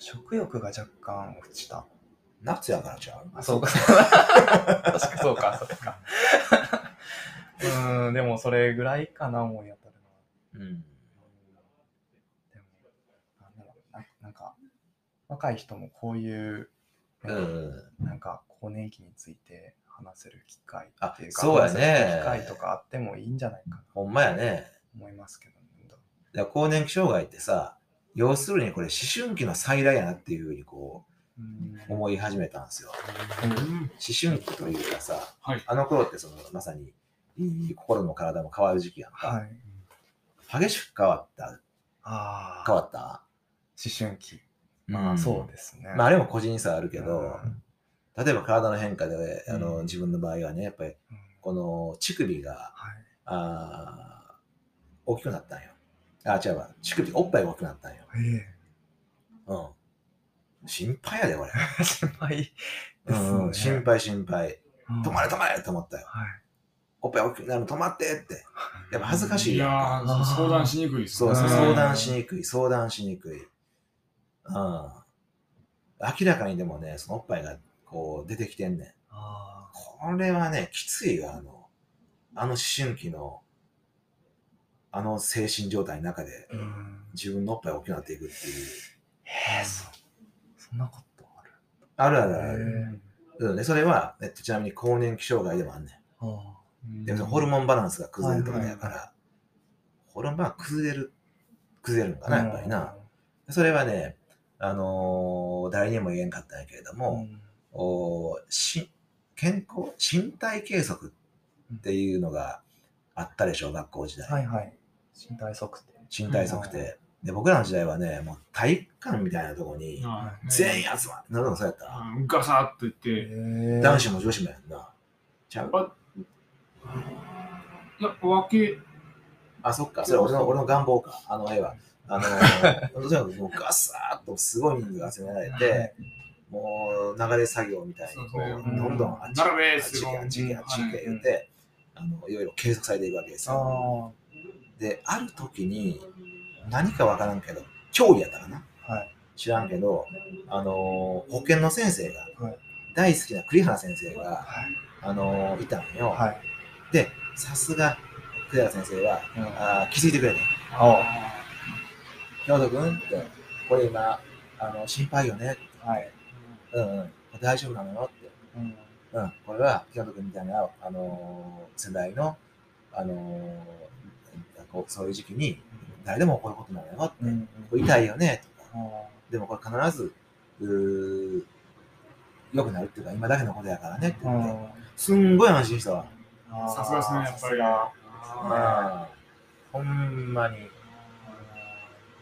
食欲が若干落ちた。
夏やからちゃう
あ、そうか。 確かそうか、そ うか。うん、でもそれぐらいかな、思い当たるのは。
うん。
でも、なんだろうな、なんか、若い人もこういう、
うん。
なんか、更年期について話せる機会
あ
っていうか、
そうやね
話せる機会とかあってもいいんじゃないかなと
ほんまやね。
思いますけどね。
だから更年期障害ってさ、要するにこれ思春期の再来やなっていうふうにこ
うん
う思い始めたんですよ。
うん
思春期というかさ、
はい
あの頃ってそのまさにいい心も体も変わる時期やんか、
はい。
激しく変わった
ああ、
変わった
思春期。まあ、そうですね。
まあ、あれも個人差あるけど、
うん
例えば体の変化で、あ
うん
の自分の場合はね、やっぱり
うん
この乳首が
はい。
あー大きくなったんよ。あ、違うわ。乳首、おっぱいが大きくなったんよ。
え
うん。心配やで、俺。
え心配ですね。
うん、心配、心配。
うん
止まれ、止まれと思ったよ。
はい。
おっぱい大きくなるの止まってって。やっぱ恥ずかしい
い
やん
やー
あー
相談しにくいです
そうそう、
ん
相談しにくい、相談しにくい。うん。明らかにでもね、そのおっぱいがこう出てきてんねん。
あ
これはね、きついわ、あの、あの思春期の、あの精神状態の中で
あ。、うん。
自分のおっぱいが大きくなっていくっていう。
へえ、そ、そんなことある。
あるあるあ
へ
る。
え
うん、でそれは、えっと、ちなみに更年期障害でもあんね
あ
ん。でもそのホルモンバランスが崩れるとか
はい
だ
はい
か
はい
ら、ホルモンバランス崩れる、崩れるの
あ
かな、やっぱりな。。それはね、あのー誰にも言えんかったんやけれど
う
も、
ん。
おし健康、身体計測っていうのがあったでしょ、学校時代。
はいはい。身体測定。
身体測定。で、僕らの時代はね、もう体育館みたいなとこに、
はい
全員集まる。なるほど、そうやったな。
うんガサッといって、
え
男子も女子もやんな。ちゃう
あいや、わけ、
あ、そっか、それ俺の俺の願望か。あの絵は。あ のー、とにかくもうガサーッとすごい人数が集められて、もう流れ作業みたいに、こ
そう
です
う、
ね
どんどんあっち
並べ
あっち行け、あっち行け、あっち行け
うん
言って、あの、いろいろ計測されていくわけですよ。
あ
で、ある時に、何かわからんけど、競技やったかな。
あ、はい。
知らんけど、あのー保健の先生が、
はい
大好きな栗原先生が、
はい。
あのーいたんよ。
はい。
で、さすが栗原先生は、
うん
あー気づいてくれた。
あ
京都君って、これ今、あの心配よね。
あ、はい。
うんうん、大丈夫なのよって。
うん。
うん、これは京都君みたいな、あのー世代の、あのーこうそういう時期に、誰でも起こることなのよって。
うんうん。
これ痛いよねとか。
ああ
でもこれ必ず、うー良くなるっていうか、今だけのことやからねって言って、すんごい安心したわ。
ああ
さすがですね、やっぱり。
さ
あ
あほんまに、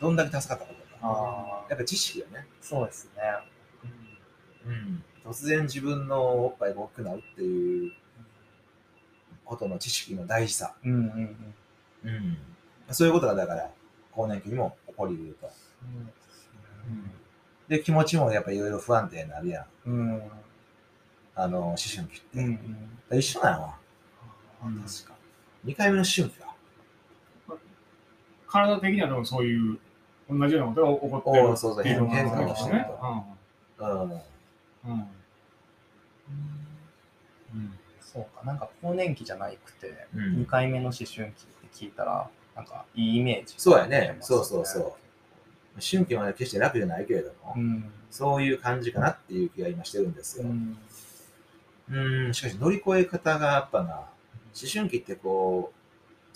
どんだけ助かったこと
すが
か。
ああ
やっぱ知識よね。
そうですね。
うん、突然自分のおっぱいが大きくなるっていうことの知識の大事さ。
うんうんうん。
うん、そういうことがだから、更年期にも起こりうると。で、気持ちもやっぱいろいろ不安定になるやん。
うん。
あの、思春期って。
うんうん。
一緒なの
うん
確か
二回目の思春期か。
体的にはでもそういう、同じようなことが起こってる
おーそうそう
っていうのが
変化
をして
る
ね
と。
う
うん。
んうんうん
に。そうか、なんか更年期じゃなくて、
う
2
ん、
回目の思春期って聞いたら、なんかいいイメージ。
そうやねそうそうそう。思春期はね決して楽じゃないけれども、
うん。
そういう感じかなっていう気が今してるんです
う
よ。
ん。
うん、しかし乗り越え方がやっぱな、思春期ってこう、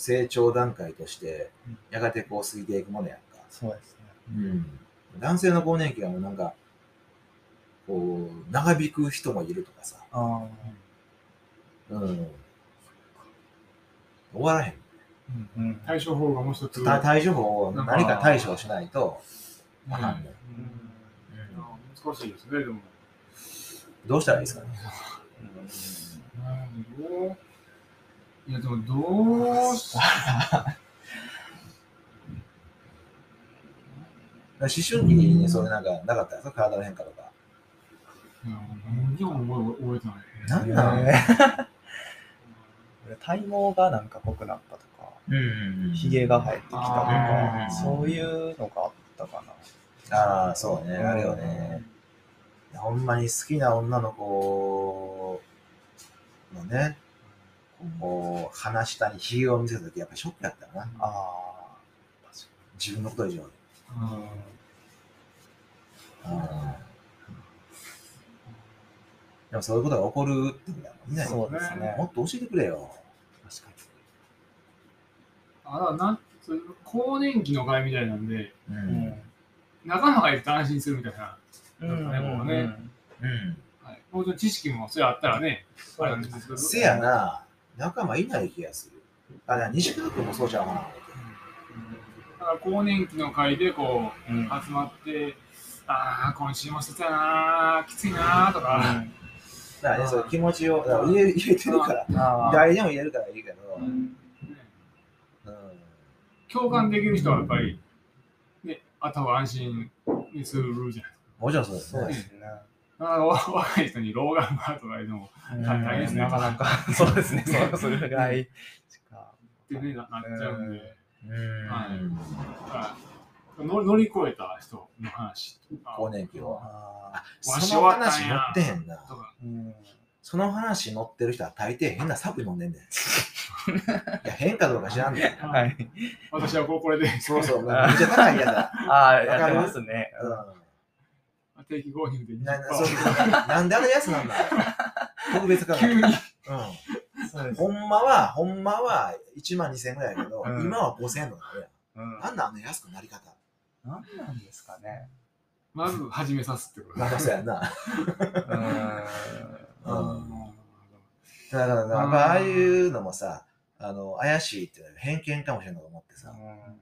成長段階として
うん、
やがてこう過ぎていくものやんか。
そうですね。
うん。男性の更年期はもうなんか、こう、長引く人もいるとかさ。
ああ。
うん。終わらへん。
うん。
対処法がもう一つ。
た対処法を何か対処をしないと、
うん
あかんね
うんいや難しいですね、でも。
どうしたらいいですかね。
うんどういや、でもどうし
思春期にそういうなんかなかったんですか体の変化とか。
いや何も覚え覚えてない。
なんなん
ね俺体毛がなんか濃くなったとか、
うん
ひげが生えてきたと
あ
か
ー、
そういうのがあったかな。
ああ、そうね、
うん
あれよね。ほんまに好きな女の子のね、こう、鼻下にひげを見せたとき、やっぱりショックだったよな。
ああ。確
自分のこと以上に。
かに。
うんでもそういうことが起こるってことだもんね。
そうですね。
もっと教えてくれよ。
確か
あら、なんそういう更年期の会みたいなんで、
うん。
に。うん。
仲間がいると安心するみたいな。
うん
なんかね
うん。
はい、もちろん知識もそれあったらね、あれなんですけど。
せやな、仲間いない気がする。あ、だから西川君もそうじゃんかな。
あから更年期の会でこう
うん
集まって、ああ、今週もしてたなー、きついなーとか、
だからね、そう気持ちを、だから入れ入れてるから、
あー
誰でも入れるからいいけど、
う
うん
ね
ん
共感できる人はやっぱり、ね、あとは安心にするじゃないです
もちろんそうです
そう
ね
で。すね。
か。あの若い人に老眼があるとかいうのも、大変ですね
なかなか、そうですね、そうそれぐらいしか。
ってね、ななっちゃうんで、
うん
はいの乗り越えた人の話とか、
更年期は。
あ
わし
その
終わっ
話
たん
乗
や
ってへんな。
とか
ーうん
その話乗ってる人は大抵変なサプリ飲んでんねん。いや、変かどうか知らん ねん。
はい。
私はこれこれで
そうそう、めっちゃ高いやだ。
ああ、
わ
や
か
っ
る
てますね。
定期購入で
う
20%
んななそうなんであのやつなんだ特別価格。
急に
そう
う
で
ん。
すね。
ほんまは、ほんまは1万2000円ぐらいやけど、
うん
今は5000円とかね。
うん
なんなんあの安くなり方。
なんなんですかね。
まず始めさすってこと
なんかそうやんな。
うー
うん。
うん
だからなんか、やっぱああいうのもさ、あの、怪しいっていうのは偏見かもしれないと思ってさ。
ん。うん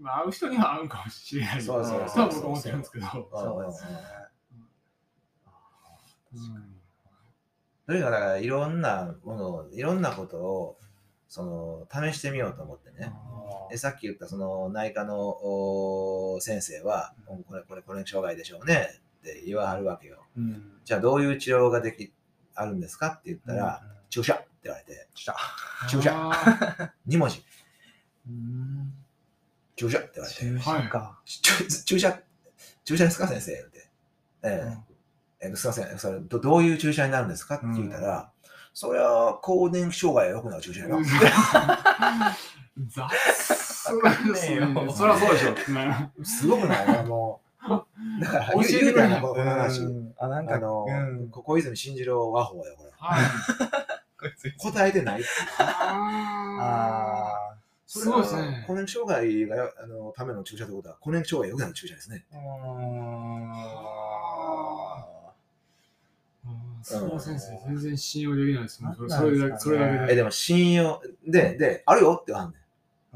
まあ、会う人には合うかもしれない
そう
そうそう
とは僕は思ってるんですけど。
そうですね。
とにかくだからいろんなものをいろんなことをその試してみようと思ってね。でさっき言ったその内科のお先生は、
うん
これこれこれの障害でしょうねって言わはるわけよ。
うん。
じゃあどういう治療ができあるんですかって言ったら、
うん、
注射って言われて
ちょっ
注射
あ
2文字
とうん。
注射って言われ て
注射か。
ちち注射注射ですか先生って。ええ
うん
えすいませんそれど、どういう注射になるんですかって聞いたら、それは更年期障害が良くなる注射
ー
よ。
雑
ねえよ
そりゃそうでしょってな。
すごく ないもう。だから、
教えてく
言
れ
うたらこの話。
うんあ、なんか、
あの、
うん、
ここ小泉進次郎和法や、これ。
はい。
こいつ
答えてない。
あ
あ
それはですね
更年期障害があのための注射ってことは、更年期障害が良くなる注射ですね。
ーあ
ーその先生、全然信用できないですもん。それそれだけ、それだけ
え、
で。
でも信用、で、で、あるよって言わんね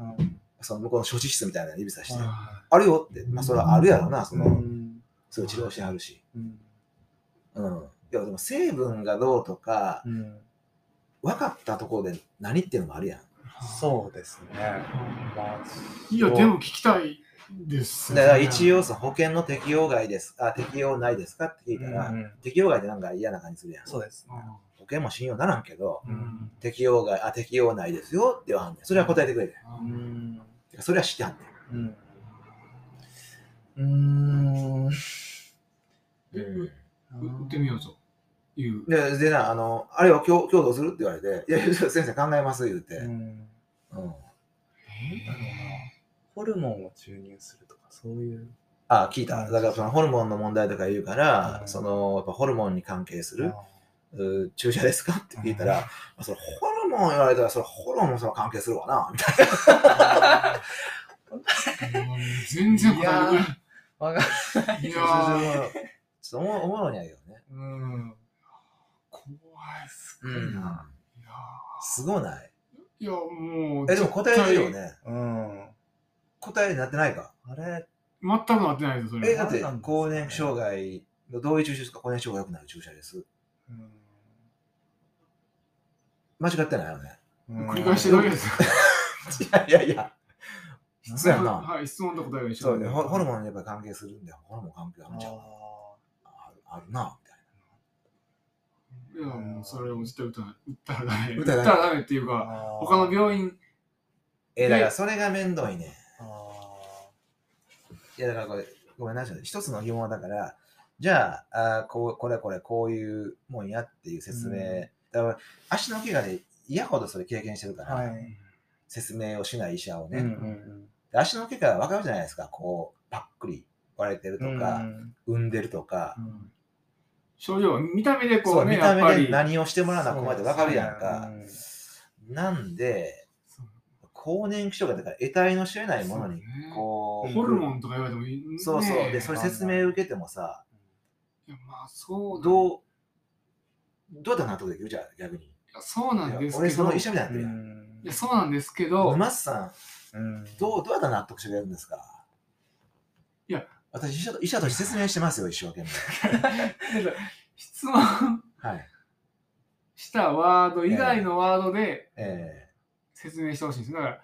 ん。
ー。うん。
その向こうの処置室みたいなの指さして、
あ
あるよって、まあ、それはあるやろな、そうの、
ん。
そういう治療してはるし。
うん。
うん。いや、でも成分がどうとか、
うん。
分かったところで何っていうのもあるやん。
ー
そうですね。まあ、
いや、でも聞きたいです。
だから一
応。
応その保険の適用外ですあ適用ないですかって聞いたら、
うん、
適用外ってなんか嫌な感じするやん保
そうですね。
険も信用ならんけど
うん
適用外あ適用ないですよって言わはんねんそれは答えてくれて
うん。
てかそれは知ってはんね
うん。うん。
えう打ってみようという。
んででなあのあれを強強度するって言われて「いやいや先生考えます」言うて、
う
うん
ん。
え
なんだろうなホルモンを注入するとか、そういう。
あ聞いただからそのホルモンの問題とか言うから、
うん
そのやっぱホルモンに関係する
あ
うー注射ですかって聞いたら、それホルモン言われたらそれホルモンその関係するわなみたい
ー全然答えて
ーわか
くれない。いや
な
ー、
ちょっとおもおもろいんやけどね
うん。
怖いっす。
うん
いや
すごない
ーいや、もう、
え、でも答えてるよね。
うん。
答えになってないか。
あれ、
全くなってないですよ、そ
え、
れ。
だって
なんなんですかね、
更年期障害のどういう注射ですか更年期障害良くなる注射です。
うん。
間違ってないよ ね。
繰り返してるだけです。
いやいやいや。質やな。
はい、質問と答えが一緒
そうね。ホホル
ン。
モンにやっぱり関係するんだよ。ホルモン関係あるんちゃうあるあるな、みたい
いや、もうそれを絶対打たない。打ったらダ
打
メ。打
っ
った
ら
た
ダメ
らダメっていうか、他
他
の病院、
な。え、だからそれがめんどいね。
あ
いや、だからこれ、ごめんなさい。一つの疑問はだから、じゃあ、あーこうこれこれこういうもんやっていう説明。
うん
だから足の怪我で嫌ほどそれ経験してるか
ー
ら、
はい。
説明をしない医者をね。
うんうん
で足の怪我は分かるじゃないですか、こう、パックリ割れてると
うん。う
か、
ん
産んでるとか、
症状、見た目でこ
そうう、
ね、
見
や
た
っぱ
目
り
で。何をしてもらわな困って分かるやん
そ
か
う。で
なんで、
そう
更年期障害だから、得体の知れないものに
そうね、
こう、
ホル
ン、
モンとか言われてもいい、ねえ、
そうそう、で、それ
い
説明受けてもさ、
やまあ、そうだ
どう、どうやったら納得できるじゃあ、逆に。
いやそうなん
い
で
や
すけど、
俺、その医者みたいになっ
う
てるやん。
ん
いやそうなんですけど、
沼津さん、
うん
どう、どうやったら納得してくれるんですか
いや、
私、医者と医者として説明してますよ、一生懸 命。
質問
はい。
したワード以外のワードで
え
説明してほしいんです。だから、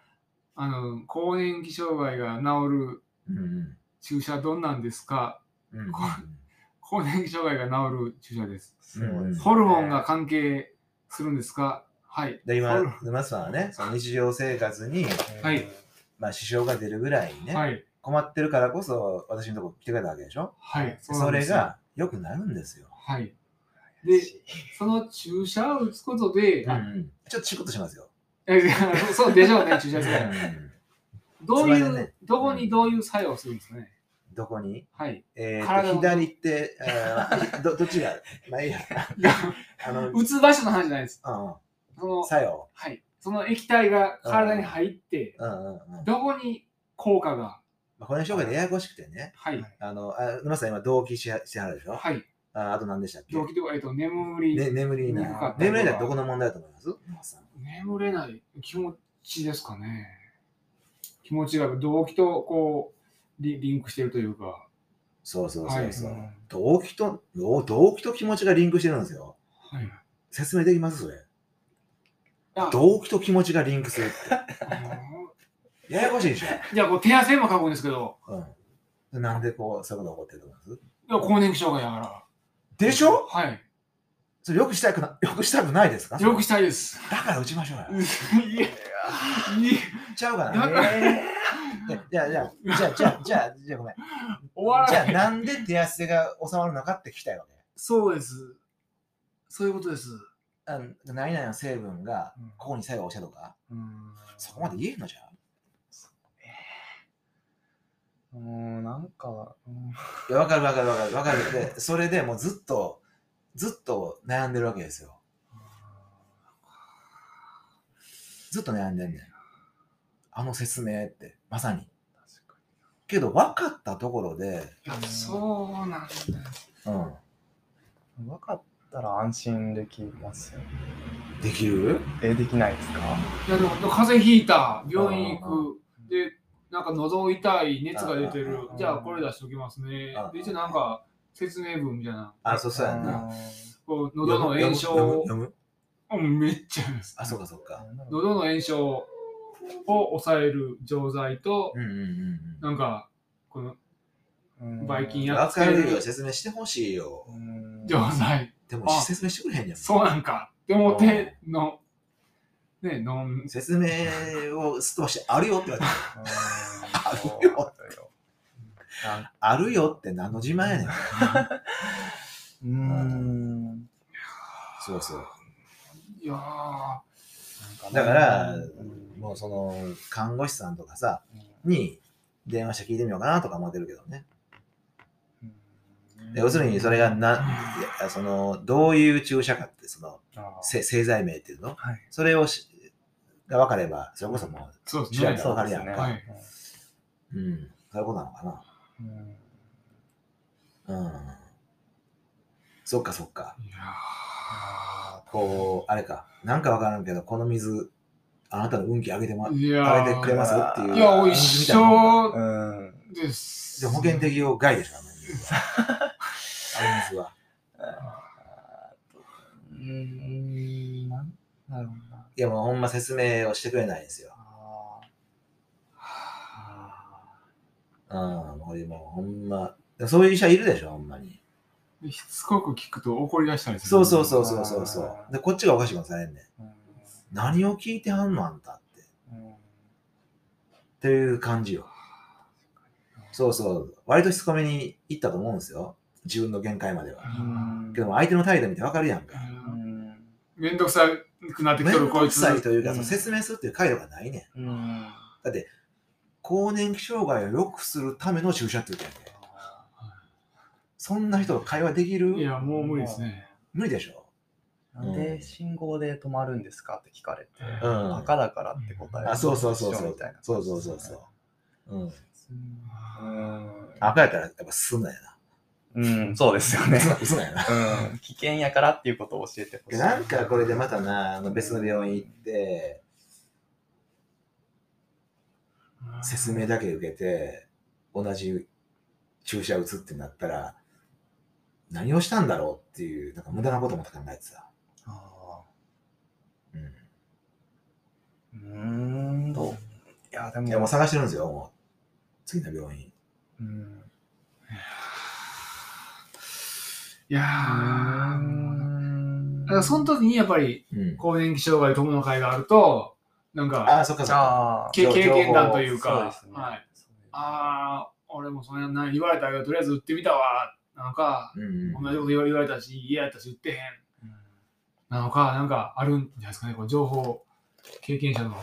あの、更年期障害が治る
えうん
注射どんなんですか
うん。うん
こ更年期障害が治る注射です。
すごいですね
ホルモンが関係するんですかはい。
で、
ホ
今
ルモ、
沼津さんはね、その日常生活に、
はい
まあ、支障が出るぐらいね、
はい。
困ってるからこそ、私のとこ来てくれたわけでしょ
はい。
そう
なんで
れ
すよ。
が、良くなるんですよ。
はい。
うん
で、その注射を打つことで、
うんう
あ
んちょっとチクッとしますよ。
いやそうでし ょうね、注射ですから。
うん
どうい
つま
う、
りね
どこにどういう作用をするんですかね。
どこに
はい。
えー
体
と、
の
左って、あーどどっ ちが、まあいいや。あの、
打つ場所の話じゃないです。
う
その
ん、、作用。
はい。その液体が体に入って、
うんうんうん。ま
どこに効果が、
あ、これ障害でややこしくてね。
はい。
あの、あ沼津さん今、動機しはしてはるでしょ
はい。
ああと何でしたっけ
動機とか、えっと、眠り、
ね、眠りにな
眠
る
かっ。たりとか
眠りだどこの問題だと思います沼津さん
眠れない気持ちですかね。気持ちが動機とこう、リリンクしてるというか、
そうそうそうそう。
はい
動機と、お動機と気持ちがリンクしてるんですよ。
はい。
説明できますそれ。
あ
動機と気持ちがリンクする っ
あの
て。ややこしいでし
ーじゃあ、こう手汗も書くんですけど、
ょ。うん。なんでこう、そういうことが起こってると思います
いや更年期障害だから。
でしょ
はい。
それよくしたくな、 よくしたくないですか
よくしたいです。
だから打ちましょうよ。
いや、いや
ちゃうか
だ
な。
から
じゃあ、じゃあ、 じゃあ、じゃあ、じゃあ、じゃあ、ごめん。
終わ
じゃ
ら
あ、
な
な
い。
んで手汗が収まるのかって聞きたいわけ。
そうです。そういうことです。
あの何々の成分が
うん
ここに作用したとか、
うん。
そこまで言えんのじゃ
うん、なんか、うん
いや、わかるわかるわかるわかる。で、それでもうずっと、ずっと悩んでるわけですよ。ずっと悩んでんねん。あの説明って、まさに。
確か
けど、分かったところで、
いや、そうなんだ。
うん。
に分かったら安心できますよ。
できる
え、できないですか
いや、でも、風邪ひいた、病院行く。で、なんか喉痛い、熱が出て
うん
る
うんうん。
じゃあ、これ出しときますね
うんうん。
で、一応なんか、説明文みたいな。
あ、そうそうやんな。
あ
こう喉の炎症
読む
を
読む、読む
うんめっちゃあります。
あ、そうかそうか。
ー
喉の炎症を抑える錠剤と、
うんうんうん
なんか、この
うん
ばい菌
うん。
や
わ
っつけ
かるよ、
る
説明してほしいよ。
うん
錠剤。
でも
あ
説明してくれへんやん。
そうなんか。でも、手の、ね、飲ん
説明をすっ飛ばして、あるよって言われ て、あるよ
うんそうなんだよなんか
あるよって何の自慢やねん。
うーん。なん
そうそう。
いやー
ね
だから
うん
もうその、看護師さんとかさ、
う
に電話して聞いてみようかなとか思ってるけどね。
ん
で要するに、それがな、いやその、どういう注射かって、その、
あー
せ製剤名っていうの
はい
それをし、が分かれば、それこそも
そうです
知らん
ね
け。ど
そうです
わかる
ね
やん
か
はい
うん、うん、そういうことなのか
うん
な。うん。そっかそっか。
いや
あ
こう、あれか、なんかわからんけど、この水、あなたの運気上げても
ーいや
食べてくれますっていう。
いや、一
ー
緒
うん
です。
で、保険適用外でしょ、あ の水は。あの水は。
うーん、なんだろうな。
いや、もうほんま説明をしてくれないんですよ。
あ
うん、これもうほんま。でもそういう医者いるでしょ、ほんまに。
でしつこく聞くと怒り出したりする。
そうそうそうそうそうそう。
あー
で、こっちがおかしくもされんねん。
ーうん
何を聞いてはんの、あんたって。
うん
っていう感じよ。そうそう。割としつこめに行ったと思うんですよ。自分の限界までは。
うん
けども、相手の態度見てわかるやんか。
う
うん
ん
めんどくさくなってき
面
と
倒
る、こい
く
つ。
さいというか、
うん
その説明するっていう回路がないねん。
うん
だって、更年期障害を良くするための注射って言うてんで、そんな人と会話できる
いや、もう無理ですね。
無理でしょ。
なんで信号で止まるんですかって聞かれて、
ん。
バカだからって答える
あ、そうそうそうそ
み
う
たいな。。
そうそうそうそう。うん。
うん
赤やったらやっぱすんなやな。
うん、そうですよ ね。
すんなやな。
うん、危険やからっていうことを教えてほしい。
なんかこれでまたな、あの別の病院行って、説明だけ受けて、同じ注射打つってなったら、何をしたんだろうっていう、なんか無駄なことも考えてた。
あ
うん。
ーうーんと。いや、でも、
いや、もう探してるんですよ、もう。次の病院。
うん。
いや
う
ー、
ん
だからその時にやっぱり、
うん。
更年期障害友の会があると、なん
あ
か、
あ、そっかそっか。
ああ、
け
情
経験談という
そう
か、
ですね
はい、
そういう
ああ、俺もそんな言われたけど、とりあえず売ってみたわ、なのか、
うんうん
同じこと言わ言われたし、嫌やったし、売ってへん、
うん
なのか、なんかあるんじゃないですかね、こう情報、経験者の、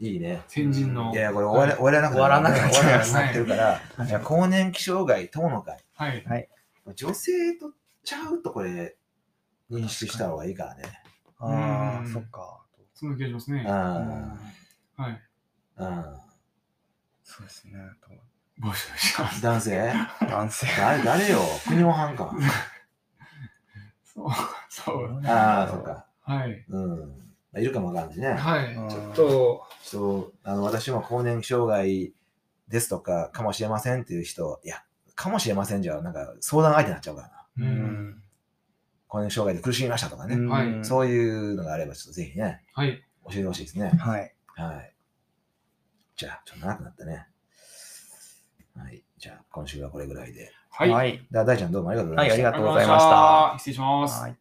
いいね。
先人の。
いやいや、これ終わら終わらなく
終わらなくなっ
終
ちゃう
わらなくなってるから、いや更年期障害、友の会。
はい。
女性とちゃうとこれ、認識した方がいいからね。
あ
う
あ、
ん
そっか。
その気がしますね。
あ
はい。
あ、うん。
そうですね。
募集します。
男性
男性。
誰誰よ国も班か。
そう、そう。
ああ、そっ。か。
はい。
うん。いるかもわかんないしね。
はい
うん。
ちょっと、
そうあの私も更年期障害ですとか、かもしれませんっていう人、いや、かもしれませんじゃ、なんか相談相手になっちゃうからな。
う。
うんん。
更年期障害で苦しみましたとかね。
うん
はい
そういうのがあれば、ちょっとぜひね、
はい。
教えてほしいですね。
はい。
はい。じゃあ、ちょっと長くなったね。はい。じゃあ、今週はこれぐらいで。
はい。あり
い。
だ大ちゃんどうもありがとうございました。
はいありがとうございま
が
した
とうございました失礼します。
はい。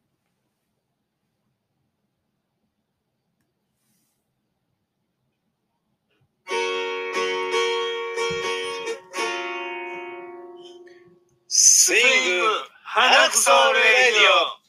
スイング花草レディオ